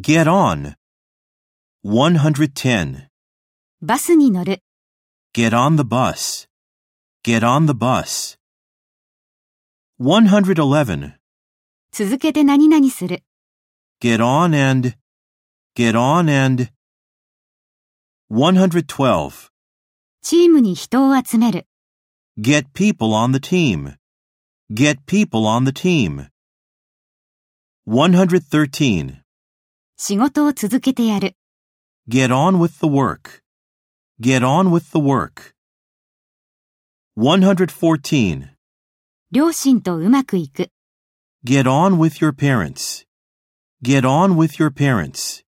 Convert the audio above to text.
Get on. 110. バスに乗る、 Get on the bus. Get on the bus. 111. 続けて何々する、 Get on and. Get on and. 112. チームに人を集める、 Get people on the team. Get people on the team. 113. 仕事を続けてやる、 Get on with the work. Get on with the work. 114. 両親とうまくいく。 Get on with your parents. Get on with your parents.